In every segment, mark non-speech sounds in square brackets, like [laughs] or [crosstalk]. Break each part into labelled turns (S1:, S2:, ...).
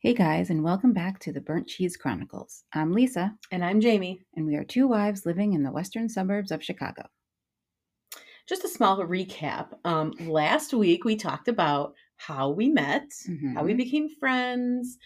S1: Hey guys, and welcome back to the Burnt Cheese Chronicles. I'm Lisa,
S2: And I'm Jamie.
S1: and we are two wives living in the western suburbs of Chicago.
S2: Just a small recap. Um, last week we talked about how we met, how
S1: Mm-hmm.
S2: we became friends.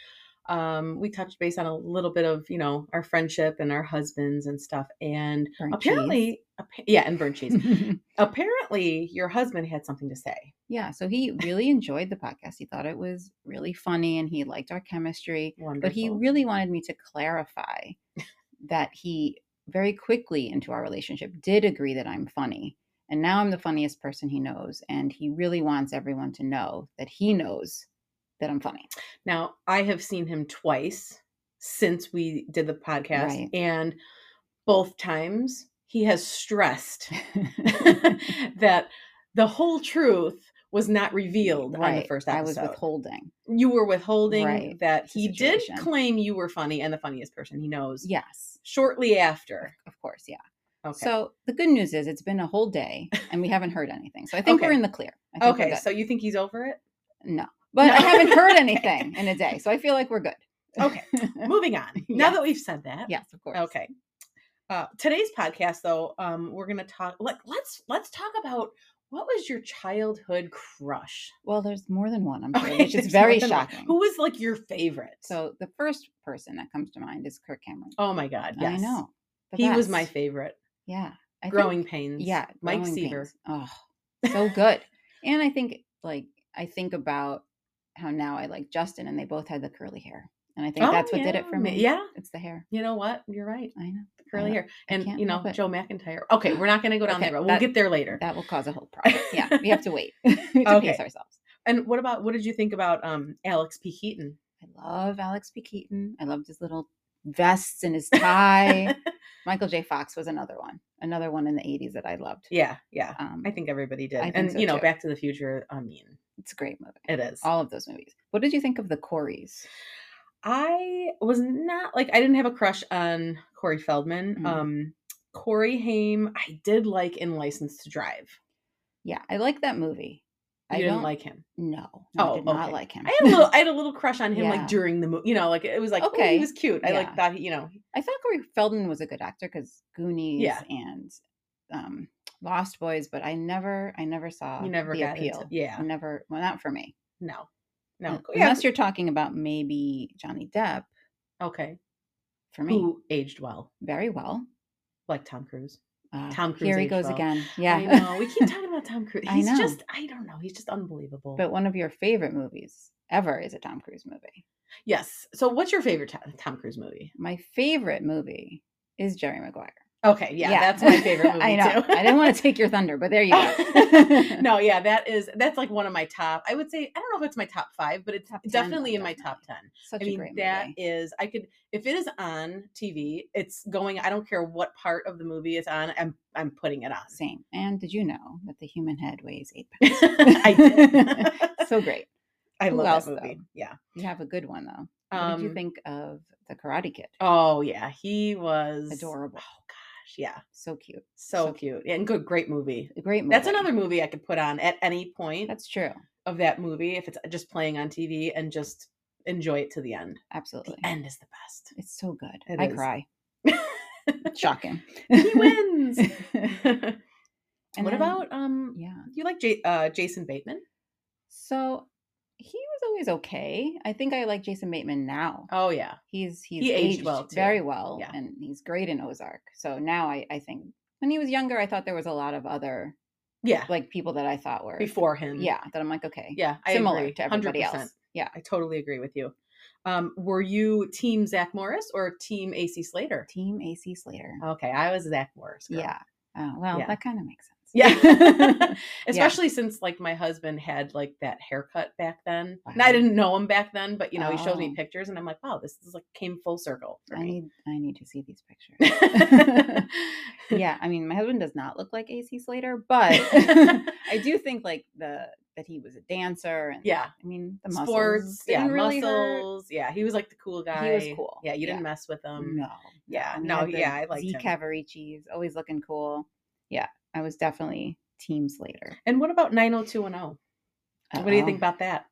S2: Um, we touched base on a little bit of you know our friendship and our husbands and stuff. And
S1: Burnt
S2: apparently, appa- yeah, and
S1: [laughs]
S2: burnt cheese. [laughs]
S1: cheese.
S2: apparently, your husband had something to say.
S1: yeah, so he really enjoyed the podcast. He thought it was really funny and he liked our chemistry,
S2: Wonderful.
S1: but he really wanted me to clarify that he very quickly into our relationship did agree that I'm funny. And now I'm the funniest person he knows, and he really wants everyone to know that he knows that I'm funny.
S2: Now, I have seen him twice since we did the podcast,
S1: Right.
S2: and both times he
S1: [laughs]
S2: has stressed [laughs] that the whole truth was not revealed on the first episode.
S1: I was withholding.
S2: you were withholding
S1: Right,
S2: that he
S1: situation.
S2: did claim you were funny and the funniest person he knows
S1: Yes,
S2: shortly after.
S1: of course, yeah.
S2: Okay.
S1: So the good news is it's been a whole day and we haven't heard anything. So I think we're
S2: Okay.
S1: in the clear. I think we're
S2: okay,
S1: good.
S2: so you think he's over
S1: [laughs]
S2: it?
S1: no, but I
S2: No.
S1: haven't heard
S2: [laughs] Okay.
S1: anything in a day, so I feel like we're good.
S2: Okay. Moving on. Now that we've said that.
S1: [laughs] yes, of course.
S2: Okay. Uh, today's podcast, though, um, we're gonna talk. Let, let's let's talk about what was your childhood crush.
S1: Well, there's more than one. I'm sure, which is
S2: there's
S1: very
S2: more than one.
S1: shocking.
S2: Who was like your favorite?
S1: So the first person that comes to mind is Kirk Cameron.
S2: oh my god, yes,
S1: I know. the
S2: he was my
S1: best.
S2: favorite.
S1: Yeah. I think-
S2: Growing pains.
S1: Yeah.
S2: Mike
S1: Growing
S2: Seaver.
S1: Pains. Oh,
S2: [laughs]
S1: so good. and I think like I think about how now I like Justin and they both had the curly hair. And I think
S2: Oh,
S1: that's what did it
S2: yeah,
S1: for
S2: ma-
S1: me.
S2: yeah.
S1: It's the hair.
S2: You know what? You're right.
S1: I know.
S2: The curly
S1: know.
S2: hair. And
S1: can't
S2: you know,
S1: help it.
S2: Joe McIntyre. Okay, we're not gonna go down
S1: Okay,
S2: that road. We'll
S1: that-
S2: get there later.
S1: That will cause a whole problem. Yeah. We have to wait [laughs] to pace
S2: Okay.
S1: ourselves.
S2: and what about what did you think about um Alex P. Heaton?
S1: I love Alex P. Keaton. I loved his little vests and his tie. Michael J. Fox was another one. Another one in the 80s that I loved.
S2: [laughs] Yeah, yeah.
S1: Um,
S2: I think everybody did.
S1: I think
S2: and
S1: so,
S2: you know,
S1: too.
S2: Back to the Future, I mean,
S1: it's a great movie.
S2: it is.
S1: All of those movies. What did you think of the Coreys?
S2: I was not like I didn't have a crush on Corey Feldman.
S1: Mm.
S2: Um Corey Haim, I did like in License to Drive.
S1: Yeah, I like that movie.
S2: You
S1: I
S2: didn't
S1: don't-
S2: like him.
S1: No, I
S2: Oh,
S1: did not
S2: okay.
S1: like him.
S2: I
S1: [laughs]
S2: had a little I had a little crush on him
S1: Yeah.
S2: like during the movie. You know, like it was like okay.
S1: Okay.
S2: he was cute. I
S1: Yeah.
S2: like thought he, you know,
S1: I thought Corey Feldman was a good actor because Goonies
S2: Yeah.
S1: and um, Lost Boys, but I never, I never saw
S2: you never
S1: the
S2: got
S1: appeal.
S2: into yeah.
S1: Never, well, not for me.
S2: No.
S1: Un-
S2: No.
S1: Uh,
S2: Yeah.
S1: Unless you're talking about maybe Johnny Depp,
S2: Okay.
S1: for me,
S2: Who aged well,
S1: very well.
S2: like Tom Cruise.
S1: Uh,
S2: Tom Cruise
S1: Here he
S2: aged
S1: goes
S2: well.
S1: again.
S2: I
S1: Yeah.
S2: know.
S1: [laughs]
S2: We keep talking about Tom Cruise.
S1: I
S2: He's
S1: know.
S2: just I don't know. He's just unbelievable.
S1: but one of your favorite movies ever is a Tom Cruise movie.
S2: yes. So what's your favorite Tom, Tom Cruise movie?
S1: My favorite movie is Jerry Maguire.
S2: Okay, yeah, that's my favorite
S1: [laughs]
S2: movie
S1: I know.
S2: too.
S1: I didn't want to take your thunder, but
S2: [laughs]
S1: there you [laughs] go.
S2: no, yeah, that is that's like one of my top. I would say I don't know if it's my top five, but it's
S1: Top 10, though,
S2: definitely in my top ten.
S1: Such
S2: I mean,
S1: a great
S2: that
S1: movie.
S2: is- I could if it is on TV, it's going. I don't care what part of the movie it's on. I'm I'm putting it on.
S1: Same. And did you know that the human head weighs eight pounds?
S2: [laughs] I
S1: [laughs]
S2: did.
S1: so great.
S2: [laughs] I
S1: Who
S2: love
S1: else,
S2: that movie.
S1: though?
S2: Yeah.
S1: You have a good one though. What did you
S2: Um,
S1: think of the Karate Kid?
S2: Oh yeah, he was
S1: Adorable.
S2: Oh gosh, yeah,
S1: So cute.
S2: so,
S1: So
S2: cute and good, great movie.
S1: A great movie.
S2: That's another movie I could put on at any point
S1: That's true.
S2: of that movie if it's just playing on TV and just enjoy it to the end.
S1: Absolutely.
S2: The end is the best.
S1: It's so good.
S2: It
S1: I
S2: is.
S1: cry. [laughs] Shocking.
S2: he
S1: [laughs]
S2: wins.
S1: And
S2: what
S1: then-
S2: about um?
S1: Yeah.
S2: Do you like J- uh, Jason Bateman?
S1: So he was always okay. I think I like Jason Bateman now.
S2: Oh yeah,
S1: He's he's
S2: He aged
S1: aged,
S2: well, too.
S1: very well,
S2: Yeah.
S1: and he's great in Ozark. So now I, I think when he was younger, I thought there was a lot of other
S2: yeah.
S1: like people that I thought were
S2: Before him,
S1: Yeah, that I'm like okay,
S2: yeah. I
S1: similar
S2: agree.
S1: to everybody
S2: 100%.
S1: else. Yeah,
S2: I totally agree with you. Um, were you Team Zach Morris or Team AC Slater?
S1: Team AC Slater.
S2: Okay, I was Zach Morris. girl.
S1: yeah. Oh, well,
S2: Yeah.
S1: that kind of makes sense. [laughs]
S2: Yeah. [laughs] Especially since like my husband had like that haircut back then. And
S1: Wow.
S2: I didn't know him back then, but you know, he shows
S1: Uh-huh. Oh.
S2: me pictures and I'm like, wow, this is like came full circle for
S1: I
S2: [laughs] me.
S1: need I need to see these pictures.
S2: yeah.
S1: yeah, I mean, my husband does not look like AC Slater,
S2: [laughs]
S1: but [laughs] I do think like the that he was a dancer and
S2: Yeah.
S1: I mean the muscles
S2: Sports, yeah,
S1: didn't really hurt.
S2: muscles. Yeah, he was like the cool guy.
S1: was cool,
S2: Yeah, you
S1: yeah.
S2: didn't mess with him.
S1: no.
S2: yeah,
S1: and he
S2: no,
S1: had the
S2: yeah, I liked
S1: Z
S2: him.
S1: Cavaricci's always looking cool. Yeah, I was definitely team Slater.
S2: oh And what about 90210? What do you think about that?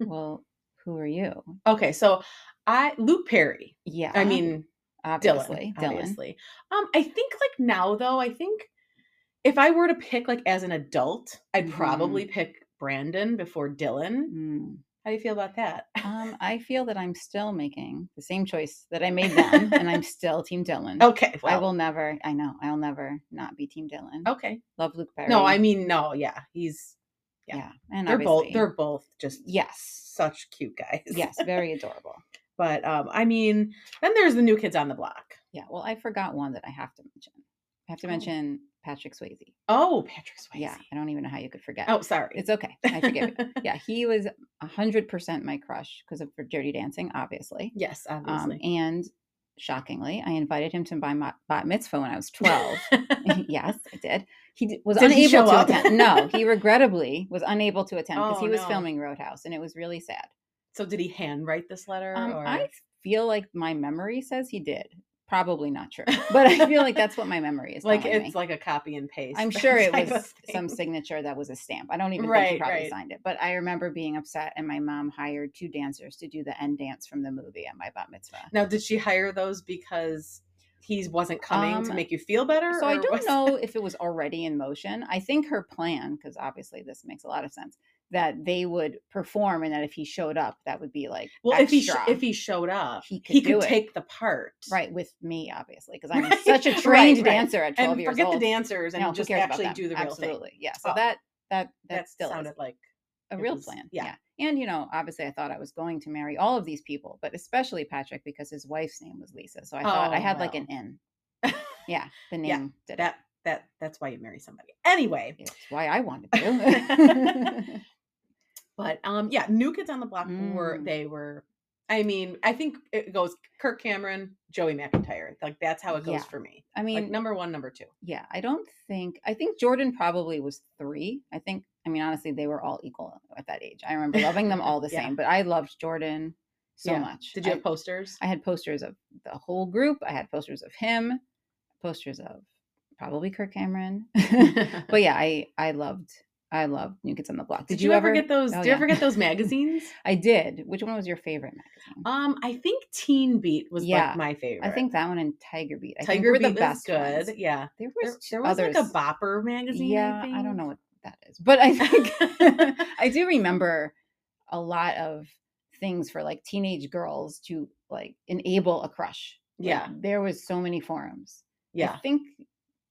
S1: well, Who are you?
S2: Okay, so I Luke Perry.
S1: Yeah.
S2: I mean
S1: obviously.
S2: Dylan. Obviously. Um, I think like now though, I think if I were to pick like as an adult, I'd
S1: Mhm.
S2: probably pick Brandon before Dylan.
S1: Hmm.
S2: [laughs] How do you feel about that?
S1: Um, I feel that I'm still making the same choice that I made then, and
S2: [laughs]
S1: I'm still Team Dylan.
S2: [laughs] Okay.
S1: I
S2: well,
S1: will never. I know. I'll never not be Team Dylan.
S2: Okay.
S1: Love Luke Perry.
S2: No, I mean no. Yeah, he's yeah.
S1: yeah. And
S2: they're
S1: obviously,
S2: both they're both just
S1: yes,
S2: such cute guys.
S1: yes, very adorable.
S2: [laughs] But um, I mean, then there's the new kids on the block.
S1: Yeah. Well, I forgot one that I have to mention. I have to
S2: Oh.
S1: mention Patrick Swayze.
S2: Oh, Patrick Swayze.
S1: Yeah. I don't even know how you could forget.
S2: Oh, sorry.
S1: It's okay. I forgive you. Yeah, he was hundred percent my crush because of for Dirty Dancing, obviously.
S2: [laughs] yes,
S1: Um,
S2: obviously.
S1: and shockingly, I invited him to buy my bat mitzvah when I was
S2: [laughs]
S1: twelve. [laughs] yes, I did. He d- was
S2: Did he
S1: unable
S2: show
S1: to
S2: up?
S1: attend. No, he regrettably was unable
S2: [laughs]
S1: to attend because he
S2: Oh,
S1: was
S2: no.
S1: filming Roadhouse, and it was really sad.
S2: so did he handwrite this letter?
S1: Um,
S2: or?
S1: I feel like my memory says he did. Probably not
S2: [laughs]
S1: true, but I feel like that's what my memory is.
S2: like
S1: telling
S2: it's
S1: me.
S2: like a copy and paste. [laughs]
S1: I'm sure it
S2: type
S1: was
S2: of thing.
S1: some signature that was a stamp. I don't even think
S2: Right,
S1: he probably
S2: right.
S1: signed it, but I remember being upset, and my mom hired two dancers to do the end dance from the movie at my bat mitzvah.
S2: Now, did she hire those because he wasn't coming to
S1: Um,
S2: make you feel better?
S1: So I
S2: or
S1: don't
S2: was-
S1: know
S2: [laughs]
S1: if it was already in motion. I think her plan, because obviously this makes a lot of sense, that they would perform and that if he showed up, that would be like
S2: Well, if he sh-
S1: extra.
S2: if he showed up,
S1: He
S2: he
S1: could
S2: could,
S1: do it.
S2: take the part.
S1: right with me, obviously, because
S2: [laughs]
S1: I'm
S2: Right,
S1: such a
S2: right,
S1: trained
S2: right.
S1: dancer at 12
S2: And
S1: years
S2: forget
S1: old.
S2: the dancers and
S1: No, who
S2: just
S1: cares about
S2: actually
S1: them?
S2: do the real thing.
S1: Absolutely. Yeah. So
S2: Oh.
S1: that that that,
S2: That
S1: still
S2: sounded
S1: is
S2: like
S1: a
S2: it
S1: real
S2: was-
S1: plan. Yeah.
S2: yeah.
S1: And you know, obviously I thought I was going to marry all of these people, but especially Patrick because his wife's name was Lisa. So I thought I
S2: Oh,
S1: had like
S2: well.
S1: an
S2: [laughs]
S1: in. Yeah. The name
S2: Yeah,
S1: did it.
S2: that that that's why you marry somebody. Anyway,
S1: It's why I
S2: [laughs]
S1: wanted [laughs] to.
S2: but um, yeah, New Kids on the Block were
S1: Mm.
S2: they were. I mean, I think it goes Kirk Cameron, Joey McIntyre. Like that's how it goes
S1: Yeah.
S2: for me.
S1: I mean,
S2: like number one, number two.
S1: Yeah, I don't think. I think Jordan probably was three. I think. I mean, honestly, they were all equal at that age. I remember loving
S2: [laughs]
S1: them all the
S2: Yeah.
S1: same, but I loved Jordan so
S2: Yeah.
S1: much.
S2: Did you
S1: I,
S2: have posters?
S1: [laughs] I had posters of the whole group. I had posters of him, posters of probably Kirk Cameron. [laughs] but yeah, I I loved I loved New Kids on the Block.
S2: did, you, ever get those?
S1: Oh,
S2: did you ever
S1: yeah.
S2: get
S1: [laughs]
S2: those magazines?
S1: I did. Which one was your favorite magazine?
S2: Um, I think Teen Beat was
S1: Yeah,
S2: like my favorite.
S1: I think that one and Tiger Beat. I think
S2: Tiger
S1: were
S2: Beat
S1: the
S2: was
S1: best
S2: good.
S1: ones.
S2: Yeah,
S1: There
S2: there,
S1: was,
S2: there was like
S1: others.
S2: a Bopper magazine.
S1: Yeah,
S2: I,
S1: I don't
S2: think.
S1: know what that is, but I
S2: [laughs]
S1: think I do remember a lot of things for like teenage girls to like enable a crush. Like,
S2: Yeah.
S1: there was so many forums. I [laughs]
S2: Yeah.
S1: think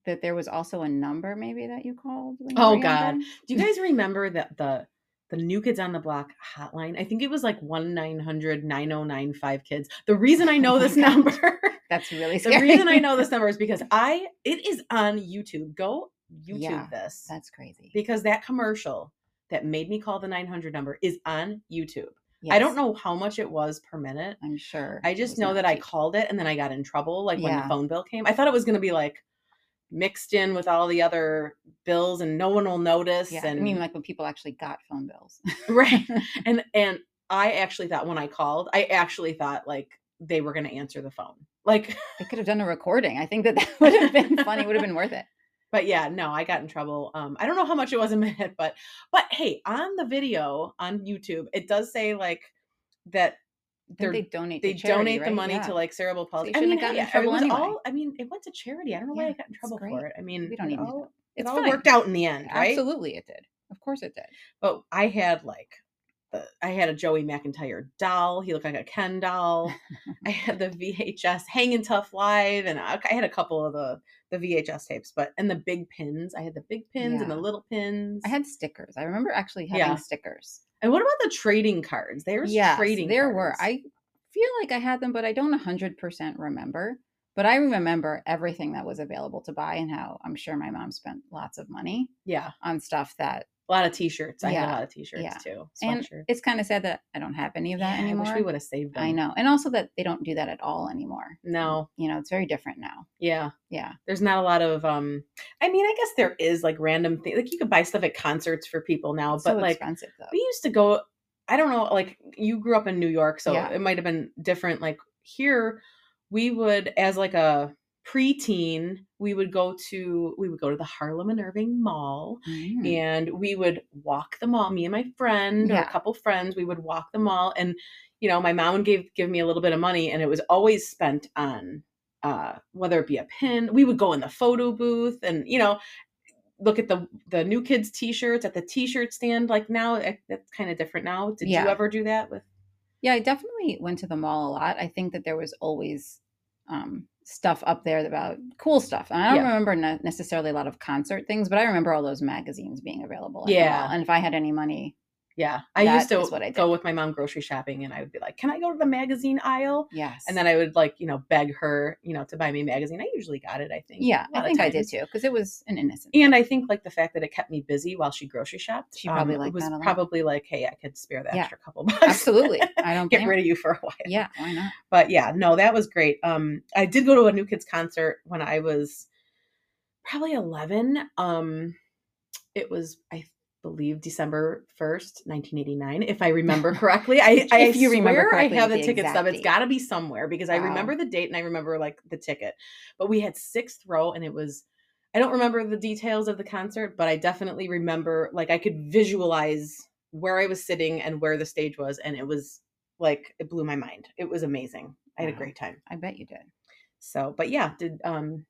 S1: that there was also a number maybe that you called. When you
S2: Oh,
S1: were
S2: God.
S1: younger.
S2: Do you guys remember that the the New Kids on the Block hotline? I think it was like 1 900 9095 kids. The reason I know
S1: Oh my [laughs]
S2: this
S1: gosh.
S2: number,
S1: that's really [laughs]
S2: the
S1: scary.
S2: reason I know this number is because I, it is on YouTube. Go YouTube
S1: Yeah,
S2: this
S1: that's crazy.
S2: because that commercial that made me call the 900 number is on YouTube. I don't
S1: Yes,
S2: know how much it was per minute.
S1: I'm sure.
S2: I
S1: it
S2: just
S1: was
S2: know
S1: not
S2: that I
S1: cheap.
S2: called it and then I got in trouble like when
S1: Yeah.
S2: the phone bill came. I thought it was going to be like mixed in with all the other bills and no one will notice
S1: Yeah,
S2: and
S1: I mean, like when people actually got phone
S2: [laughs]
S1: bills. [laughs]
S2: right and and i actually thought when i called i actually thought like they were going to answer the phone like [laughs]
S1: they could have done a recording. I think that that would have been funny. Would have been worth it.
S2: but yeah no i got in trouble um i don't know how much it was a minute but but hey on the video on youtube it does say like that
S1: I think
S2: They're-
S1: they donate. to
S2: they
S1: charity,
S2: donate
S1: right?
S2: the money
S1: Yeah.
S2: to like cerebral palsy.
S1: shouldn't have gotten in
S2: yeah, it
S1: trouble
S2: was
S1: anyway.
S2: all- I mean, it went to charity. I don't know why
S1: Yeah,
S2: I got in
S1: it's
S2: trouble
S1: great.
S2: for it. I mean,
S1: We don't
S2: it
S1: even.
S2: all, it
S1: It's
S2: all
S1: fine.
S2: worked out in the end, right?
S1: Absolutely, it did. Of course, it did.
S2: But I had like, the, I had a Joey McIntyre doll. He looked like a
S1: [laughs]
S2: Ken doll. I had the VHS Hangin' Tough Live, and I, I had a couple of the the VHS tapes, but and the big pins. I had the big pins and the
S1: Yeah.
S2: little pins.
S1: I had stickers. I remember actually having
S2: Yeah.
S1: stickers.
S2: and what about the trading cards? There's
S1: Yes,
S2: trading.
S1: there were.
S2: cards.
S1: I feel like I had them, but I don't hundred percent remember. But I remember everything that was available to buy and how I'm sure my mom spent lots of money
S2: yeah,
S1: on stuff that.
S2: a lot of T-shirts. I had a
S1: Yeah,
S2: lot of T-shirts
S1: yeah.
S2: too.
S1: And
S2: Sweatshirts.
S1: it's kind of sad that I don't have any of that
S2: Yeah,
S1: anymore.
S2: I wish we would have saved them.
S1: I know, and also that they don't do that at all anymore.
S2: No.
S1: you know, it's very different now.
S2: Yeah,
S1: Yeah,
S2: there's not a lot of. um I mean, I guess there is like random things. Like you could buy stuff at concerts for people now,
S1: it's
S2: but
S1: so
S2: like
S1: expensive though.
S2: we used to go i don't know like you grew up in new york so
S1: Yeah.
S2: it might have been different like here we would as like a preteen, we would go to we would go to the Harlem and Irving Mall
S1: Mm.
S2: and we would walk the mall. Me and my friend or
S1: Yeah.
S2: a couple friends, we would walk the mall and you know, my mom would give give me a little bit of money and it was always spent on uh whether it be a pin. We would go in the photo booth and you know, look at the the new kids t-shirts at the t-shirt stand like now eh, that's kind of different now. Did
S1: Yeah.
S2: you ever do that with
S1: Yeah, I definitely went to the mall a lot. I think that there was always um, stuff up there about cool stuff. And I don't
S2: Yeah.
S1: remember ne- necessarily a lot of concert things, but I remember all those magazines being available. at the
S2: Yeah.
S1: mall. and if I had any money,
S2: Yeah, I
S1: That
S2: used to
S1: is what I
S2: go
S1: did.
S2: with my mom grocery shopping, and I would be like, "Can I go to the magazine aisle?"
S1: yes,
S2: And then I would like, you know, beg her, you know, to buy me a magazine. I usually got it. I think.
S1: yeah,
S2: a lot
S1: I
S2: of
S1: think I did
S2: times.
S1: too because it was an innocent.
S2: And I think like the fact that it kept me busy while she grocery shopped.
S1: She probably
S2: it
S1: liked
S2: was
S1: that a lot.
S2: probably like, "Hey, I could spare the
S1: Yeah.
S2: extra couple [laughs] bucks.
S1: Absolutely, I don't
S2: Get
S1: blame
S2: rid
S1: her.
S2: of you for a while."
S1: Yeah, why not?
S2: But yeah, no, that was great. Um, I did go to a New Kids concert when I was probably eleven. Um, it was I believe December first, nineteen eighty nine, if
S1: [laughs]
S2: I remember correctly. I, I
S1: If you remember
S2: swear
S1: correctly
S2: I have
S1: with
S2: the
S1: the
S2: ticket stub.
S1: exact
S2: It's
S1: date.
S2: got to be somewhere because I
S1: Wow.
S2: remember the date and I remember like the ticket. But we had sixth row, and it was. I don't remember the details of the concert, but I definitely remember like I could visualize where I was sitting and where the stage was, and it was like it blew my mind. It was amazing. I had a
S1: Wow.
S2: great time.
S1: I bet you did.
S2: So, but yeah, did um,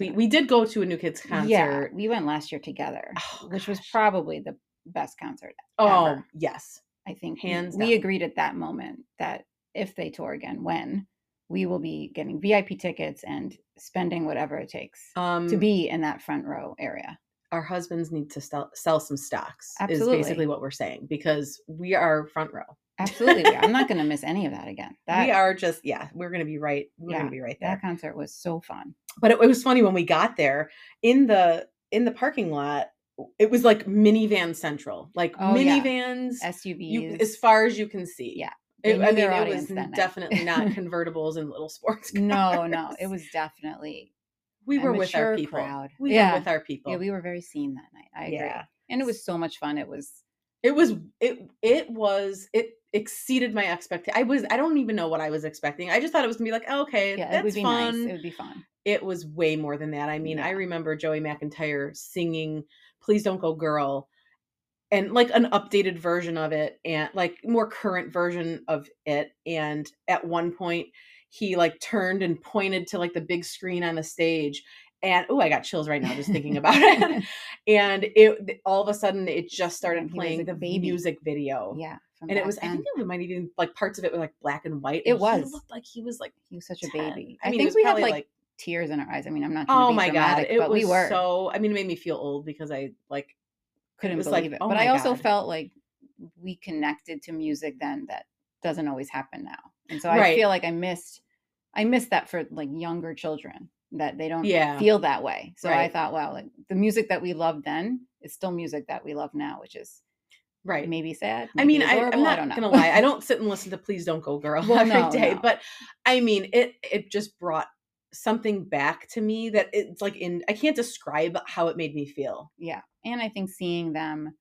S2: we we did go to a New Kids concert.
S1: Yeah, we went last year together,
S2: Oh,
S1: which was
S2: gosh.
S1: probably the best concert.
S2: oh
S1: ever.
S2: yes,
S1: I think we-
S2: Hands
S1: we,
S2: down.
S1: agreed at that moment that if they tour again, when we will be getting VIP tickets and spending whatever it takes
S2: um,
S1: to be in that front row area.
S2: our husbands need to sell sell some stocks.
S1: Absolutely.
S2: Is basically what we're saying because we are front row.
S1: Absolutely, we are. I'm not going to
S2: [laughs]
S1: miss any of that again. That
S2: we are just yeah, we're gonna be right. We're
S1: Yeah,
S2: gonna be right there.
S1: that concert was so fun.
S2: but it, it was funny when we got there in the in the parking lot. It was like minivan central, like
S1: Oh, yeah.
S2: minivans
S1: SUVs,
S2: you, [laughs] as far as you can see.
S1: Yeah. They
S2: It,
S1: knew
S2: I mean,
S1: their
S2: it
S1: audience
S2: was
S1: that night. [laughs]
S2: definitely not convertibles and little sports cars.
S1: no, no, it was definitely
S2: we
S1: a
S2: were with our
S1: mature
S2: people.
S1: crowd.
S2: We
S1: Yeah.
S2: were with our people.
S1: yeah, we were very seen that night. I agree,
S2: Oh. Yeah.
S1: and it was so much fun. It was
S2: It was it it was it exceeded my expectation. I was I don't even know what I was expecting. I just thought it was gonna be like, oh, okay,
S1: yeah,
S2: that's
S1: it would be
S2: fun.
S1: nice. It would be fun.
S2: It was way more than that. I mean, I
S1: Yeah.
S2: remember Joey McIntyre singing Please Don't Go Girl and like an updated version of it and like more current version of it and at one point he like turned and pointed to like the big screen on the stage and oh I got chills right now just thinking
S1: [laughs]
S2: about it [laughs] and it th- all of a sudden it just
S1: he
S2: started
S1: was
S2: playing
S1: a
S2: the
S1: baby.
S2: music video
S1: yeah, from
S2: and it
S1: back
S2: was i
S1: then.
S2: think it might even like parts of it were like black and white
S1: It
S2: and he
S1: was.
S2: looked like he was like
S1: He was such a
S2: 10.
S1: baby.
S2: i, mean
S1: think we had
S2: had
S1: like, tears in our eyes. I mean, I'm not. Trying
S2: oh
S1: to be
S2: my
S1: dramatic,
S2: god it
S1: but we
S2: was
S1: were
S2: so i mean it made me feel old because i like
S1: couldn't
S2: was like,
S1: believe it.
S2: oh
S1: but
S2: my
S1: I also
S2: God.
S1: felt like we connected to music then that doesn't always happen now, and so I
S2: Right.
S1: feel like I missed, I missed that for like younger children that they don't
S2: Yeah.
S1: Um, feel that way. So I
S2: Right.
S1: thought, wow, like the music that we loved then is still music that we love now, which is
S2: right
S1: maybe sad.
S2: I
S1: maybe
S2: mean, I,
S1: adorable,
S2: I'm not
S1: don't know.
S2: gonna lie. I don't sit and listen to "Please Don't Go Girl"
S1: [laughs] Well,
S2: [laughs] every day,
S1: no, no.
S2: but I mean, it it just brought something back to me that it's like in I can't describe how it made me feel.
S1: yeah and i think seeing them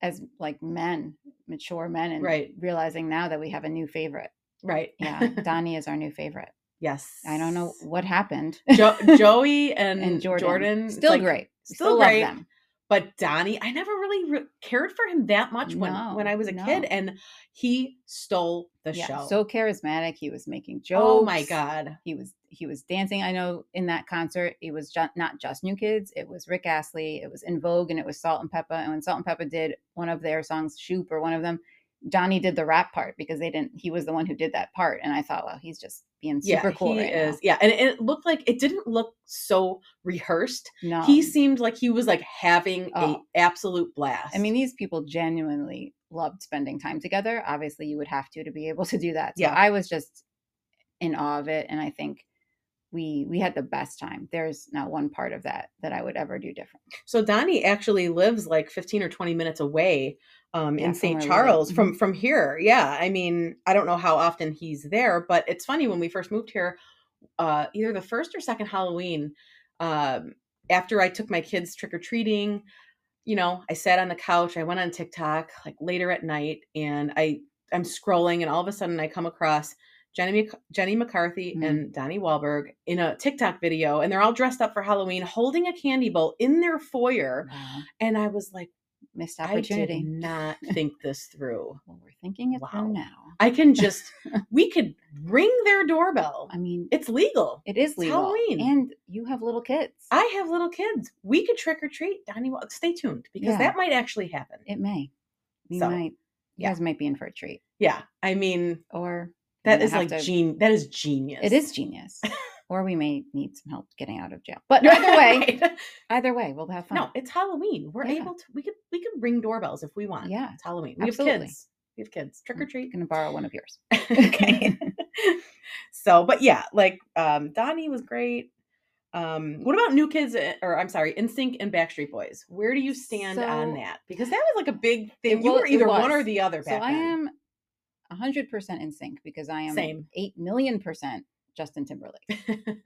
S1: as like men mature men and
S2: Right.
S1: realizing now that we have a new favorite
S2: Right? [laughs]
S1: yeah donnie is our new favorite
S2: yes.
S1: i don't know what happened [laughs]
S2: Jo- Joey and,
S1: and jordan,
S2: Mm, it's
S1: still
S2: like,
S1: great We
S2: still great,
S1: love them
S2: But Donnie, I never really re- cared for him that much when when
S1: No,
S2: I was a
S1: no.
S2: kid, and he stole the
S1: yeah
S2: show.
S1: so charismatic he was making jokes
S2: oh my god!
S1: he was he was dancing i know in that concert it was ju- not just new kids it was rick astley it was in vogue and it was salt and pepper and when salt and pepper did one of their songs shoop or one of them donnie did the rap part because they didn't he was the one who did that part and i thought well he's just being super
S2: yeah,
S1: cool
S2: he
S1: right
S2: is. Yeah, and it looked like it didn't look so rehearsed.
S1: now no
S2: he seemed like he was like having
S1: Um Oh.
S2: a absolute blast.
S1: i mean these people genuinely loved spending time together obviously you would have to to be able to do that so
S2: Yeah.
S1: i was just in awe of it and i think we we had the best time there's not one part of that that i would ever do different
S2: so Donnie actually lives like 15 or 20 minutes away um,
S1: Yeah,
S2: in
S1: from
S2: St.
S1: where we live. Mm-hmm.
S2: Charles from from here. Yeah, I mean, I don't know how often he's there, but it's funny when we first moved here, uh, either the first or second Halloween, um, after I took my kids trick or treating, you know, I sat on the couch, I went on TikTok like later at night, and I I'm scrolling, and all of a sudden I come across Jenny, Mc- Jenny McCarthy
S1: Mhm.
S2: and Donnie Wahlberg in a TikTok video, and they're all dressed up for Halloween, holding a candy bowl in their foyer.
S1: Wow.
S2: And I was like,
S1: Missed
S2: I
S1: opportunity. [laughs]
S2: did not think this through.
S1: Well, we're thinking it
S2: Wow.
S1: through now.
S2: I
S1: [laughs]
S2: can just, we could ring their doorbell.
S1: I mean,
S2: It's legal.
S1: it is
S2: it's
S1: legal,
S2: Halloween.
S1: and you have little kids.
S2: I have little kids. We could trick or treat, Donnie. Wahl- Stay tuned because
S1: Yeah.
S2: that might actually happen.
S1: it may. We
S2: So,
S1: might. You
S2: yeah.
S1: guys might be in for a treat,
S2: Yeah, I mean
S1: or we
S2: that
S1: might
S2: is
S1: have
S2: like
S1: to-
S2: gen- that is genius.
S1: It is genius,
S2: [laughs]
S1: or we may need some help getting out of jail. But either way,
S2: [laughs] Right.
S1: either way, we'll have fun.
S2: no, it's Halloween. We're
S1: Yeah.
S2: able to we could we could ring doorbells if we want.
S1: Yeah,
S2: it's Halloween. We have
S1: absolutely. Mm.
S2: kids. We have kids. Trick or treat.
S1: gonna borrow one of yours.
S2: [laughs] okay. so, but yeah, like um, Donnie was great. Um, what about New Kids uh, or I'm sorry, NSYNC and Backstreet Boys? Where do you stand on
S1: So-
S2: that? Because that was like a big thing.
S1: It
S2: you
S1: wa-
S2: were
S1: it
S2: either one
S1: was.
S2: or the other
S1: So
S2: back
S1: I
S2: then.
S1: am hundred percent in sync because I am
S2: Same.
S1: eight million percent Justin Timberlake.
S2: [laughs]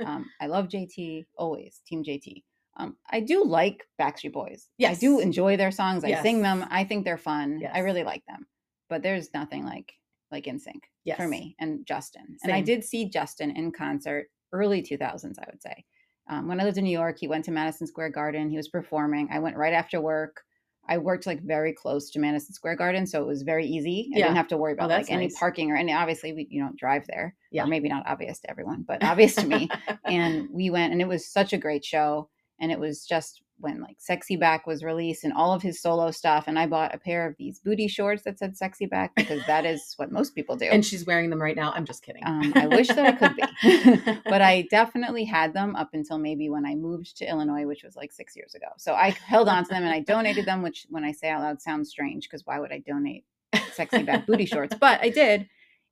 S1: Um, I love JT always, Team JT. Um, I do like Backstreet Boys. I do
S2: Yes.
S1: enjoy their songs. I sing them.
S2: Yes.
S1: I think they're fun. I
S2: Yes.
S1: really like them. But there's nothing like like in sync
S2: yes.
S1: for me and Justin. And I
S2: Same.
S1: did see Justin in concert early 2000s, I would say. Um, when I lived in New York, he went to Madison Square Garden. He was performing. I went right after work. I worked like very close to Madison Square Garden, so it was very easy. I
S2: Yeah. Oh,
S1: didn't have to worry about like
S2: that's
S1: any
S2: nice.
S1: parking or any. Obviously, we, you don't drive there.
S2: Yeah.
S1: Or maybe not obvious to everyone,
S2: [laughs]
S1: but obvious to me. and we went, and it was such a great show. And it was just when like Sexy Back was released and all of his solo stuff. And I bought a pair of these booty shorts that said Sexy Back because that is what most people do.
S2: and she's wearing them right now. I'm just kidding.
S1: Um, I wish that I could
S2: [laughs]
S1: be, but I definitely had them up until maybe when I moved to Illinois, which was like six years ago. So I held on to them and I donated them, which when I say out loud sounds strange because why would I donate sexy back booty shorts? But I did.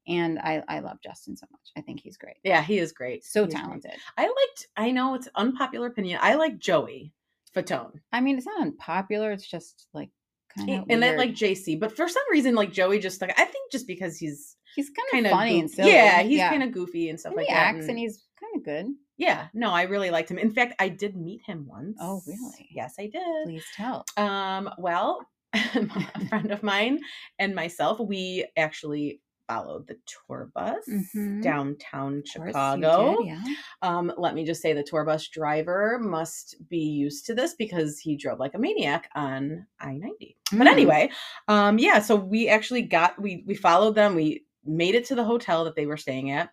S1: And I, I love Justin so much. I think he's great.
S2: Yeah, he is great.
S1: So
S2: He is great.
S1: talented.
S2: I liked. I know it's unpopular opinion. I like Joey Fatone
S1: I mean, it's not unpopular. It's just like kind of.
S2: and I like JC, but for some reason, like Joey just like I think just because he's
S1: he's kind
S2: kind
S1: of
S2: of
S1: funny and silly.
S2: Yeah, he's kind of goofy and stuff
S1: And
S2: like
S1: he
S2: that.
S1: acts and
S2: and-
S1: he's kind of good.
S2: yeah, no, I really liked him. In fact, I did meet him once.
S1: Oh, really?
S2: Yes, I did.
S1: Please tell.
S2: Um, well, [laughs] a friend of mine and myself, we actually followed the tour bus
S1: Mhm.
S2: downtown
S1: Of course you
S2: Chicago.
S1: did, yeah.
S2: Um, let me just say the tour bus driver must be used to this because he drove like a maniac on I 90. But
S1: Mm.
S2: anyway, um, yeah, so we actually got, we, we followed them. We made it to the hotel that they were staying at.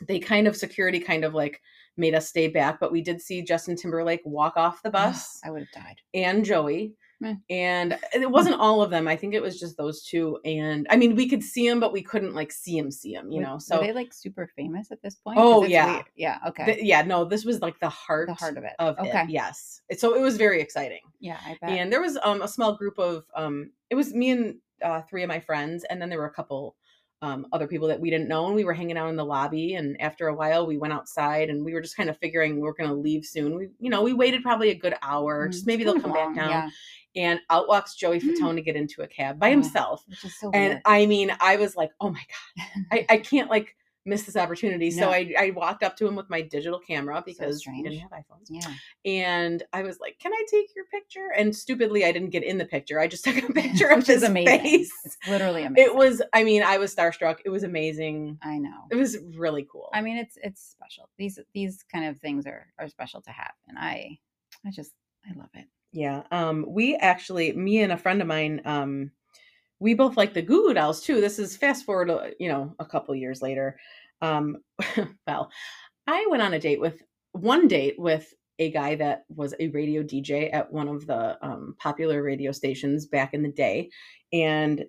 S2: They kind of, security kind of like made us stay back, but we did see Justin Timberlake walk off the
S1: Ugh,
S2: bus
S1: I would have died.
S2: and Joey.
S1: Meh.
S2: And it wasn't all of them. I think it was just those two. And I mean, we could see him, but we couldn't like see him, see him, you
S1: Were-
S2: know.
S1: were
S2: So
S1: they like super famous at this point? 'Cause
S2: Oh,
S1: it's
S2: yeah.
S1: weird- yeah. Okay,
S2: Th- yeah, no, this was like the heart,
S1: the heart of it.
S2: of
S1: okay,
S2: it. Yes, It- so it was very exciting,
S1: yeah, I bet.
S2: and there was um, a small group of um, it was me and uh, three of my friends, and then there were a couple um, other people that we didn't know, and we were hanging out in the lobby. And after a while, we went outside, and we were just kind of figuring we were going to leave soon. We, you know, we waited probably a good hour,
S1: Mm,
S2: just maybe
S1: it's
S2: they'll
S1: kind of
S2: come
S1: long,
S2: back down.
S1: Yeah, Mm. Oh,
S2: And out walks Joey Fatone to get into a cab by
S1: Wow.
S2: himself.
S1: which is so
S2: And
S1: weird.
S2: I mean, I was like, oh my God, I,
S1: [laughs]
S2: I can't like miss this opportunity. So
S1: No.
S2: I, I walked up to him with my digital camera because we didn't
S1: strange.
S2: have iPhones. [laughs]
S1: yeah,
S2: And I was like, can I take your picture? And stupidly, I didn't get in the picture. I just [laughs] took a picture
S1: [laughs]
S2: of
S1: Which is
S2: his
S1: amazing.
S2: face.
S1: It's literally amazing.
S2: It was, I mean, I was starstruck. It was amazing.
S1: I know.
S2: It was really cool.
S1: I mean, it's it's special. These these kind of things are are special to have, and I I just I love it.
S2: Yeah. Um, we actually, me and a friend of mine, um, we both like the Goo Goo Dolls too. This is fast forward, uh, you know, a couple years later. Um, [laughs] well, I went on a date with one date with a guy that was a radio DJ at one of the um, popular radio stations back in the day, and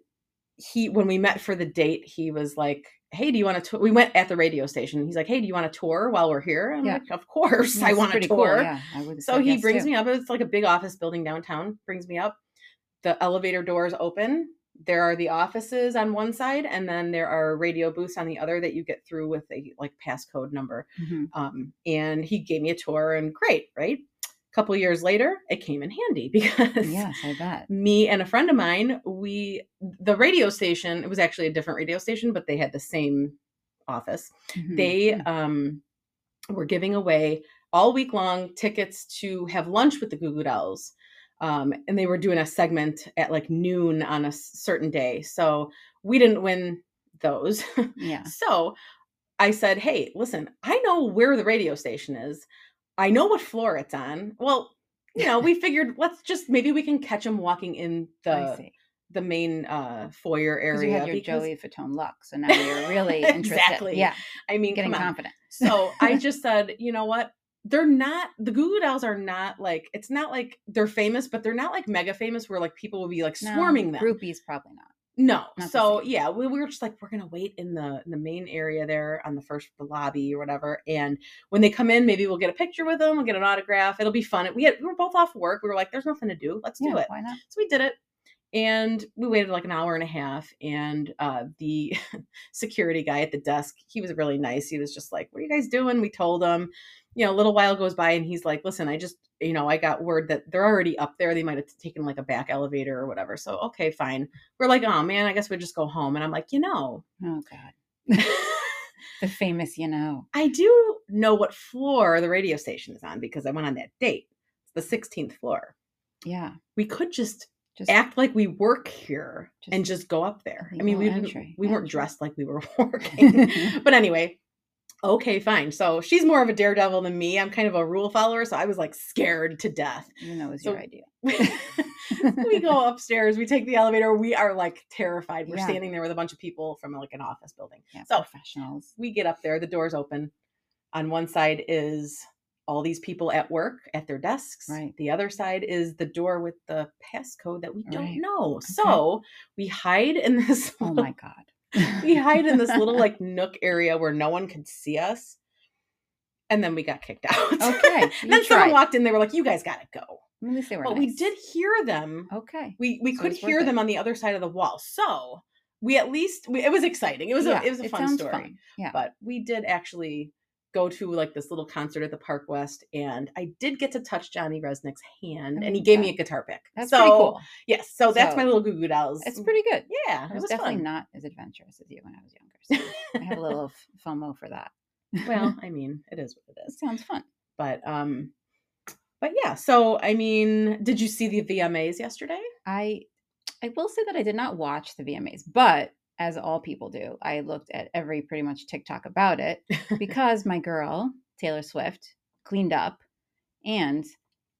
S2: he, when we met for the date, he was like. Hey, do you want to? T-? We went at the radio station. He's like, "Hey, do you want to tour while we're here?" I'm
S1: Yeah.
S2: like, "Of course,
S1: Yeah,
S2: I
S1: it's
S2: want to
S1: pretty
S2: tour."
S1: Cool. Yeah, I would.
S2: So he brings me up. It's like a big office building downtown. Brings me up. The elevator doors open. There are the offices on one side, and then there are radio booths on the other that you get through with a like passcode number. [laughs]
S1: hmm
S2: Um, and he gave me a tour, and great, right? A couple years later, it came in handy [laughs] because
S1: Yes, I bet.
S2: me and a friend of mine, we the radio station. It was actually a different radio station, but they had the same office
S1: Mhm.
S2: they
S1: Mm.
S2: um, were giving away all week long tickets to have lunch with the Goo Goo Dolls. Um, and they were doing a segment at like noon on a s- certain day. So we didn't win those. [laughs]
S1: Mm-hmm. yeah.
S2: so I said, hey, listen, I know where the radio station is. I know what floor it's on. Well, you
S1: [laughs]
S2: know, we figured let's just maybe we can catch him walking in
S1: I
S2: the
S1: see.
S2: the main uh foyer
S1: 'Cause
S2: area.
S1: you had your
S2: because-
S1: Joey Fatone look, so now you're
S2: [laughs]
S1: really interested.
S2: Exactly.
S1: Yeah,
S2: I mean,
S1: getting
S2: come on.
S1: confident.
S2: So
S1: [laughs]
S2: I just said, you know what? They're not the Goo Goo Dolls are not like it's not like they're famous, but they're not like mega famous where like people will be like
S1: No,
S2: swarming them.
S1: Groupies probably not.
S2: No.
S1: Not the
S2: so
S1: same.
S2: yeah, we, we were just like, we're gonna wait in the in the main area there on the first the lobby or whatever. And when they come in, maybe we'll get a picture with them, we'll get an autograph. It'll be fun. We had we were both off work. We were like, there's nothing to do. Let's do
S1: yeah,
S2: it.
S1: why not?
S2: So we did it. And we waited like an hour and a half. And uh, the [laughs] security guy at the desk, he was really nice. He was just like, What are you guys doing? We told him, you know, a little while goes by and he's like, Listen, I just, you know, I got word that they're already up there. They might have taken like a back elevator or whatever. So, okay, fine. We're like, Oh man, I guess we just go home. And I'm like, You know, [laughs]
S1: Oh God, the famous, you know.
S2: I do know what floor the radio station is on because I went on that date. It's the 16th floor.
S1: Yeah,
S2: We could just
S1: just
S2: act like we work here
S1: Just
S2: and just go up there. I mean,
S1: illegal
S2: we didn't,
S1: entry,
S2: we weren't
S1: entry.
S2: dressed like we were [laughs]
S1: [laughs]
S2: working, but anyway, okay, fine. So she's more of a daredevil than me. I'm kind of a rule follower, so I was like scared to death. [laughs]
S1: even though it was your
S2: So-
S1: idea.
S2: we go upstairs, we take the elevator. We are like terrified. We're
S1: Yeah.
S2: standing there with a bunch of people from like an office building.
S1: [laughs] Yeah,
S2: So-
S1: professionals.
S2: [laughs] We get up there, the doors open. On one side is all these people at work at their desks.
S1: Right.
S2: The other side is the door with the passcode that we don't
S1: Right.
S2: know. So we hide in [laughs] this
S1: Oh
S2: little-
S1: my God.
S2: we hide in this little like nook area where no one could see us. And then we got kicked [laughs]
S1: [laughs]
S2: out.
S1: Okay, so
S2: And then
S1: you
S2: someone
S1: tried.
S2: walked in, they were like, You guys gotta go.
S1: At least they were.
S2: But we
S1: nice.
S2: did hear them.
S1: Okay.
S2: We we
S1: Oh, So
S2: could
S1: it's worth
S2: hear
S1: it.
S2: them on the other side of the wall. So we at least we, it was exciting. It was
S1: Yeah,
S2: a it was a fun
S1: sounds
S2: story
S1: fun. Yeah.
S2: but we did actually go to like this little concert at the Park West, and I did get to touch Johnny Resnick's hand, and he
S1: mean,
S2: gave me
S1: that-
S2: a guitar pick.
S1: That's
S2: so,
S1: pretty cool.
S2: Yes, so that's my
S1: So,
S2: little Goo Goo Dolls. Mm,
S1: It's pretty good.
S2: yeah,
S1: I
S2: it
S1: was,
S2: was
S1: definitely
S2: fun.
S1: not as adventurous as you when I was younger. So I
S2: [laughs]
S1: have a little f- FOMO for that. [laughs]
S2: well, I mean, it is what it
S1: it
S2: is.
S1: sounds fun.
S2: But um, but yeah. So I mean, did you see the VMAs yesterday? Oh,
S1: I I will say that I did not watch the VMAs, but as all people do, I looked at every pretty much TikTok about
S2: [laughs]
S1: it because my girl Taylor Swift cleaned up, and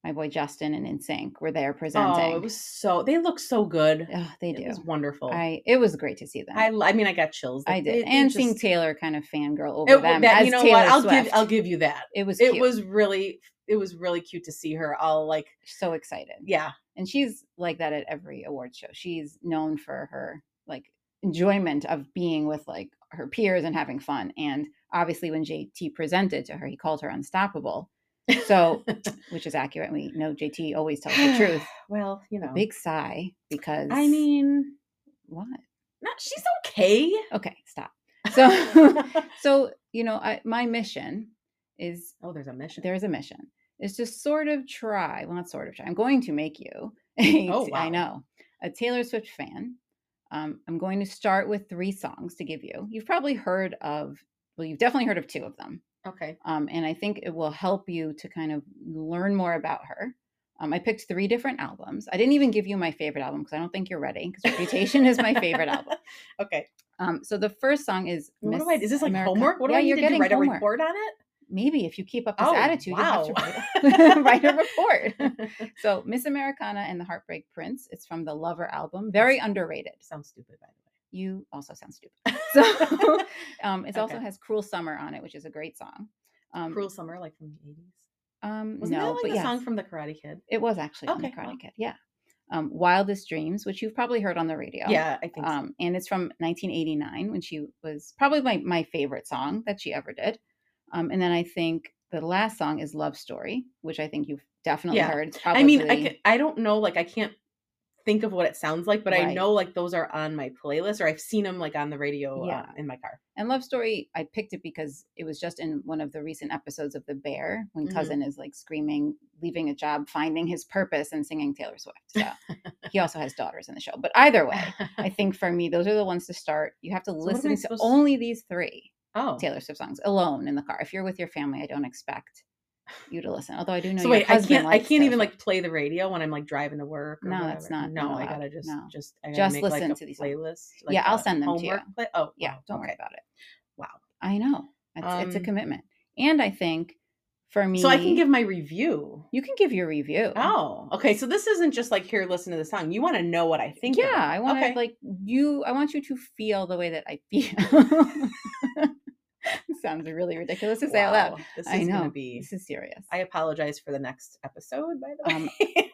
S1: my boy Justin and NSYNC were there presenting.
S2: Oh, it was so. They look so good.
S1: Ugh, they
S2: It
S1: do.
S2: was wonderful. I,
S1: I it was great to see them.
S2: I, mean, I got chills.
S1: I
S2: Like,
S1: did,
S2: they- they
S1: and
S2: just-
S1: seeing Taylor kind of fangirl over
S2: It,
S1: them
S2: that,
S1: as
S2: you know
S1: Taylor
S2: what? I'll
S1: Swift.
S2: give I'll give you that.
S1: it was
S2: it
S1: cute.
S2: was really it was really cute to see her all like
S1: so excited.
S2: yeah
S1: and she's like that at every award show. She's known for her like enjoyment of being with like her peers and having fun. And obviously, when JT presented to her, he called her unstoppable.
S2: [laughs]
S1: So, which is accurate. We know JT always tells
S2: [sighs]
S1: the truth.
S2: well you know
S1: Big sigh because
S2: i mean
S1: what?
S2: not she's
S1: [laughs]
S2: okay
S1: Okay, stop. So, [laughs] so you know, I, my mission is
S2: oh [laughs] there's a mission
S1: there's a mission is to sort of try well not sort of try i'm going to make you [laughs] a-
S2: Oh,
S1: i
S2: wow.
S1: know a taylor swift fan um, i'm going to start with three songs to give you you've probably heard of well you've definitely heard of two of them
S2: okay
S1: um, and i think it will help you to kind of learn more about her um, i picked three different albums i didn't even give you my favorite album because i don't think you're ready because reputation is my favorite album
S2: [laughs] okay
S1: um, so the first song is
S2: what
S1: Miss
S2: do I, is this like
S1: America-
S2: homework what do
S1: yeah,
S2: i need
S1: you're
S2: to do
S1: getting
S2: write
S1: homework
S2: a report on it
S1: maybe if you keep up this
S2: Oh,
S1: attitude, you
S2: wow.
S1: have to write a, [laughs] write a report. so, Miss Americana and the Heartbreak Prince. It's from the Lover album. Very underrated.
S2: [laughs] sounds stupid by the
S1: You also sound
S2: [laughs]
S1: stupid.
S2: way [laughs]
S1: So, [laughs] um, it also
S2: Okay.
S1: has "Cruel Summer" on it, which is a great song. Um,
S2: cruel summer like from the 80s
S1: um,
S2: wasn't
S1: no,
S2: that
S1: but
S2: like the
S1: yes,
S2: song from the karate kid
S1: it was actually on the
S2: Okay,
S1: Karate
S2: well.
S1: Kid. Yeah, um, "Wildest Dreams," which you've probably heard on the radio.
S2: yeah i think so.
S1: Um, and it's from 1989 when she was probably my, my favorite song that she ever did. Um, and then I think the last song is Love Story, which I think you've definitely
S2: Yeah.
S1: heard. It's probably,
S2: I mean, I can, I don't know, like I can't think of what it sounds like, but I
S1: Right.
S2: know like those are on my playlist or I've seen them like on the radio
S1: Yeah.
S2: uh, in my car.
S1: and Love Story, I picked it because it was just in one of the recent episodes of The Bear when
S2: Mhm.
S1: Cousin is like screaming, leaving a job, finding his purpose, and singing Taylor Swift.
S2: [laughs]
S1: So he also has daughters in the show. But either way, I think for me, those are the ones to start. You have to
S2: what am I
S1: listen to
S2: supposed-
S1: only these three.
S2: oh,
S1: Taylor Swift songs alone in the car. If you're with your family, I don't expect you to listen. Although I do know.
S2: so
S1: your
S2: wait, I
S1: husband
S2: can't I
S1: likes
S2: can't
S1: Taylor
S2: even
S1: Swift.
S2: like play the radio when I'm like driving to work. Or
S1: No,
S2: whatever.
S1: that's not-
S2: No,
S1: not
S2: I
S1: allowed.
S2: gotta just
S1: No.
S2: just I gotta
S1: Just
S2: make, like,
S1: listen
S2: a
S1: to these songs.
S2: playlist.
S1: Yeah, I'll
S2: a
S1: send them to you.
S2: homework Play- oh,
S1: Yeah,
S2: wow,
S1: don't worry
S2: okay.
S1: about it.
S2: Wow.
S1: I know. It's, it's a
S2: Um,
S1: commitment. And I think for me
S2: So I can give my review.
S1: you can give your review.
S2: Oh, okay. So this isn't just like here, listen to the song. You want to know what I think. of
S1: yeah,
S2: it.
S1: I want
S2: Okay.
S1: to like you I want you to feel the way that I feel. [laughs] It sounds really ridiculous to say out loud.
S2: Wow, This is
S1: I know.
S2: gonna be.
S1: This is serious.
S2: I [laughs] apologize for the next episode, by the way.
S1: Um,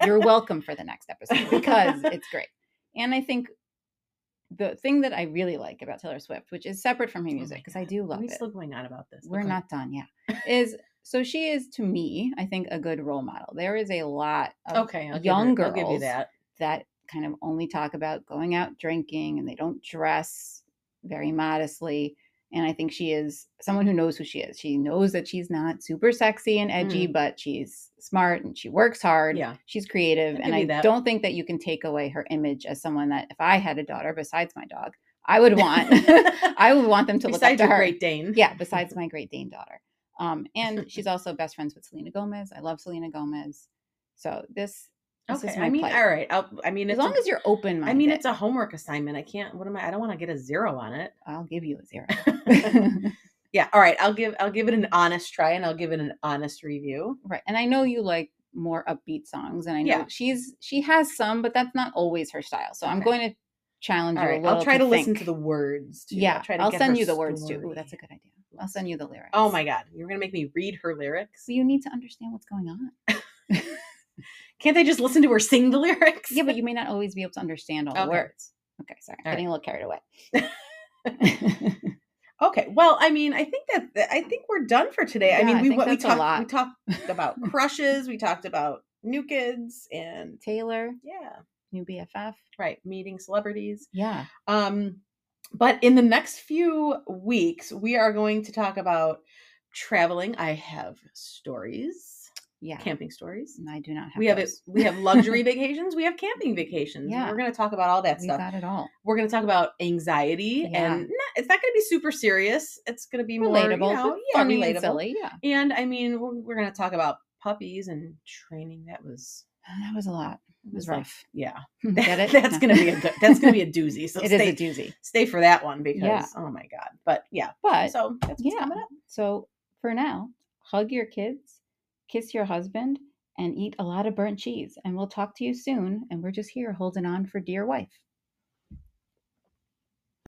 S1: you're welcome for the next episode because
S2: [laughs]
S1: it's great. And I think the thing that I really like about Taylor Swift, which is separate from her
S2: Oh my
S1: music, because I
S2: God.
S1: do love
S2: Are we
S1: it.
S2: still going on about this?
S1: We're
S2: Okay.
S1: not done,
S2: [laughs]
S1: yeah. Is so she is to me, I think, a good role model. There is a lot of
S2: okay. I'll
S1: young
S2: give her- I'll give you
S1: girls
S2: that.
S1: that kind of only talk about going out drinking and they don't dress very modestly. And I think she is someone who knows who she is. She knows that she's not super sexy and edgy, but she's smart and she works hard.
S2: Mm. Yeah.
S1: She's creative.
S2: I'll
S1: And
S2: give you
S1: I
S2: that.
S1: don't think that you can take away her image as someone that if I had a daughter besides my dog, [laughs] I would
S2: [laughs]
S1: want I would want them to look up
S2: Besides
S1: to
S2: your
S1: her.
S2: Great Dane. [laughs]
S1: Yeah, besides my great Dane daughter. Um, and she's also best friends with Selena Gomez. I love Selena Gomez. So this, this
S2: Okay.
S1: is my
S2: I mean,
S1: plight.
S2: all right. I'll, I mean,
S1: as
S2: it's
S1: long
S2: a-
S1: as you're open minded.
S2: I mean, it's a homework assignment. I can't. What am I? I don't want to get a zero on it.
S1: I'll give you a
S2: [laughs]
S1: zero. [laughs]
S2: yeah. All right. I'll give. I'll give it an honest try, and I'll give it an honest review.
S1: right. And I know you like more upbeat songs, and I know
S2: Yeah.
S1: she's she has some, but that's not always her style. So I'm
S2: Okay.
S1: going to challenge
S2: All
S1: you a
S2: right.
S1: little.
S2: I'll try to, listen to
S1: think.
S2: the words. Too.
S1: Yeah,
S2: I'll, try to get
S1: send
S2: her
S1: you the words too. Ooh,
S2: story.
S1: that's a good idea. I'll send you the lyrics.
S2: Oh my god, you're gonna make me read her lyrics.
S1: So you need to understand what's going on.
S2: Can't I just listen to her sing the [laughs] lyrics?
S1: Yeah, but you may not always be able to understand all the
S2: Okay.
S1: words. Okay, sorry, I'm
S2: All right.
S1: getting a little carried away.
S2: [laughs] Okay. Well, I mean, I think that that- I think we're done for today. I
S1: Yeah,
S2: mean,
S1: I
S2: we
S1: think
S2: what we
S1: that's a
S2: talked we
S1: lot.
S2: talked about [laughs] crushes. We talked about new kids and
S1: Taylor,
S2: yeah,
S1: new BFF.
S2: right, meeting celebrities.
S1: Yeah,
S2: Um, but in the next few weeks, we are going to talk about traveling. I have stories,
S1: yeah.
S2: camping stories.
S1: And I do not have.
S2: we have it.
S1: those.
S2: We have
S1: [laughs]
S2: luxury vacations. We have camping vacations.
S1: Yeah.
S2: We're going to talk about all that
S1: We
S2: stuff.
S1: got it all.
S2: We're going to talk about anxiety,
S1: Yeah.
S2: and not, it's not going to be super serious. It's going to be more
S1: Relatable,
S2: you know,
S1: but
S2: yeah,
S1: funny and
S2: relatable.
S1: silly. Yeah,
S2: And I mean, we're, we're going to talk about puppies and training. That was
S1: that was a lot. It was
S2: like-
S1: rough.
S2: yeah,
S1: [laughs]
S2: [laughs]
S1: Get it?
S2: that's going to be a good, that's
S1: [laughs]
S2: going to be a doozy. So
S1: it
S2: stay,
S1: is a doozy.
S2: stay for that one because
S1: Yeah.
S2: oh my god. But yeah,
S1: But
S2: so that's what's
S1: yeah.
S2: coming up.
S1: so for now, hug your kids, kiss your husband, and eat a lot of burnt cheese. And we'll talk to you soon. And we're just here holding on for dear wife.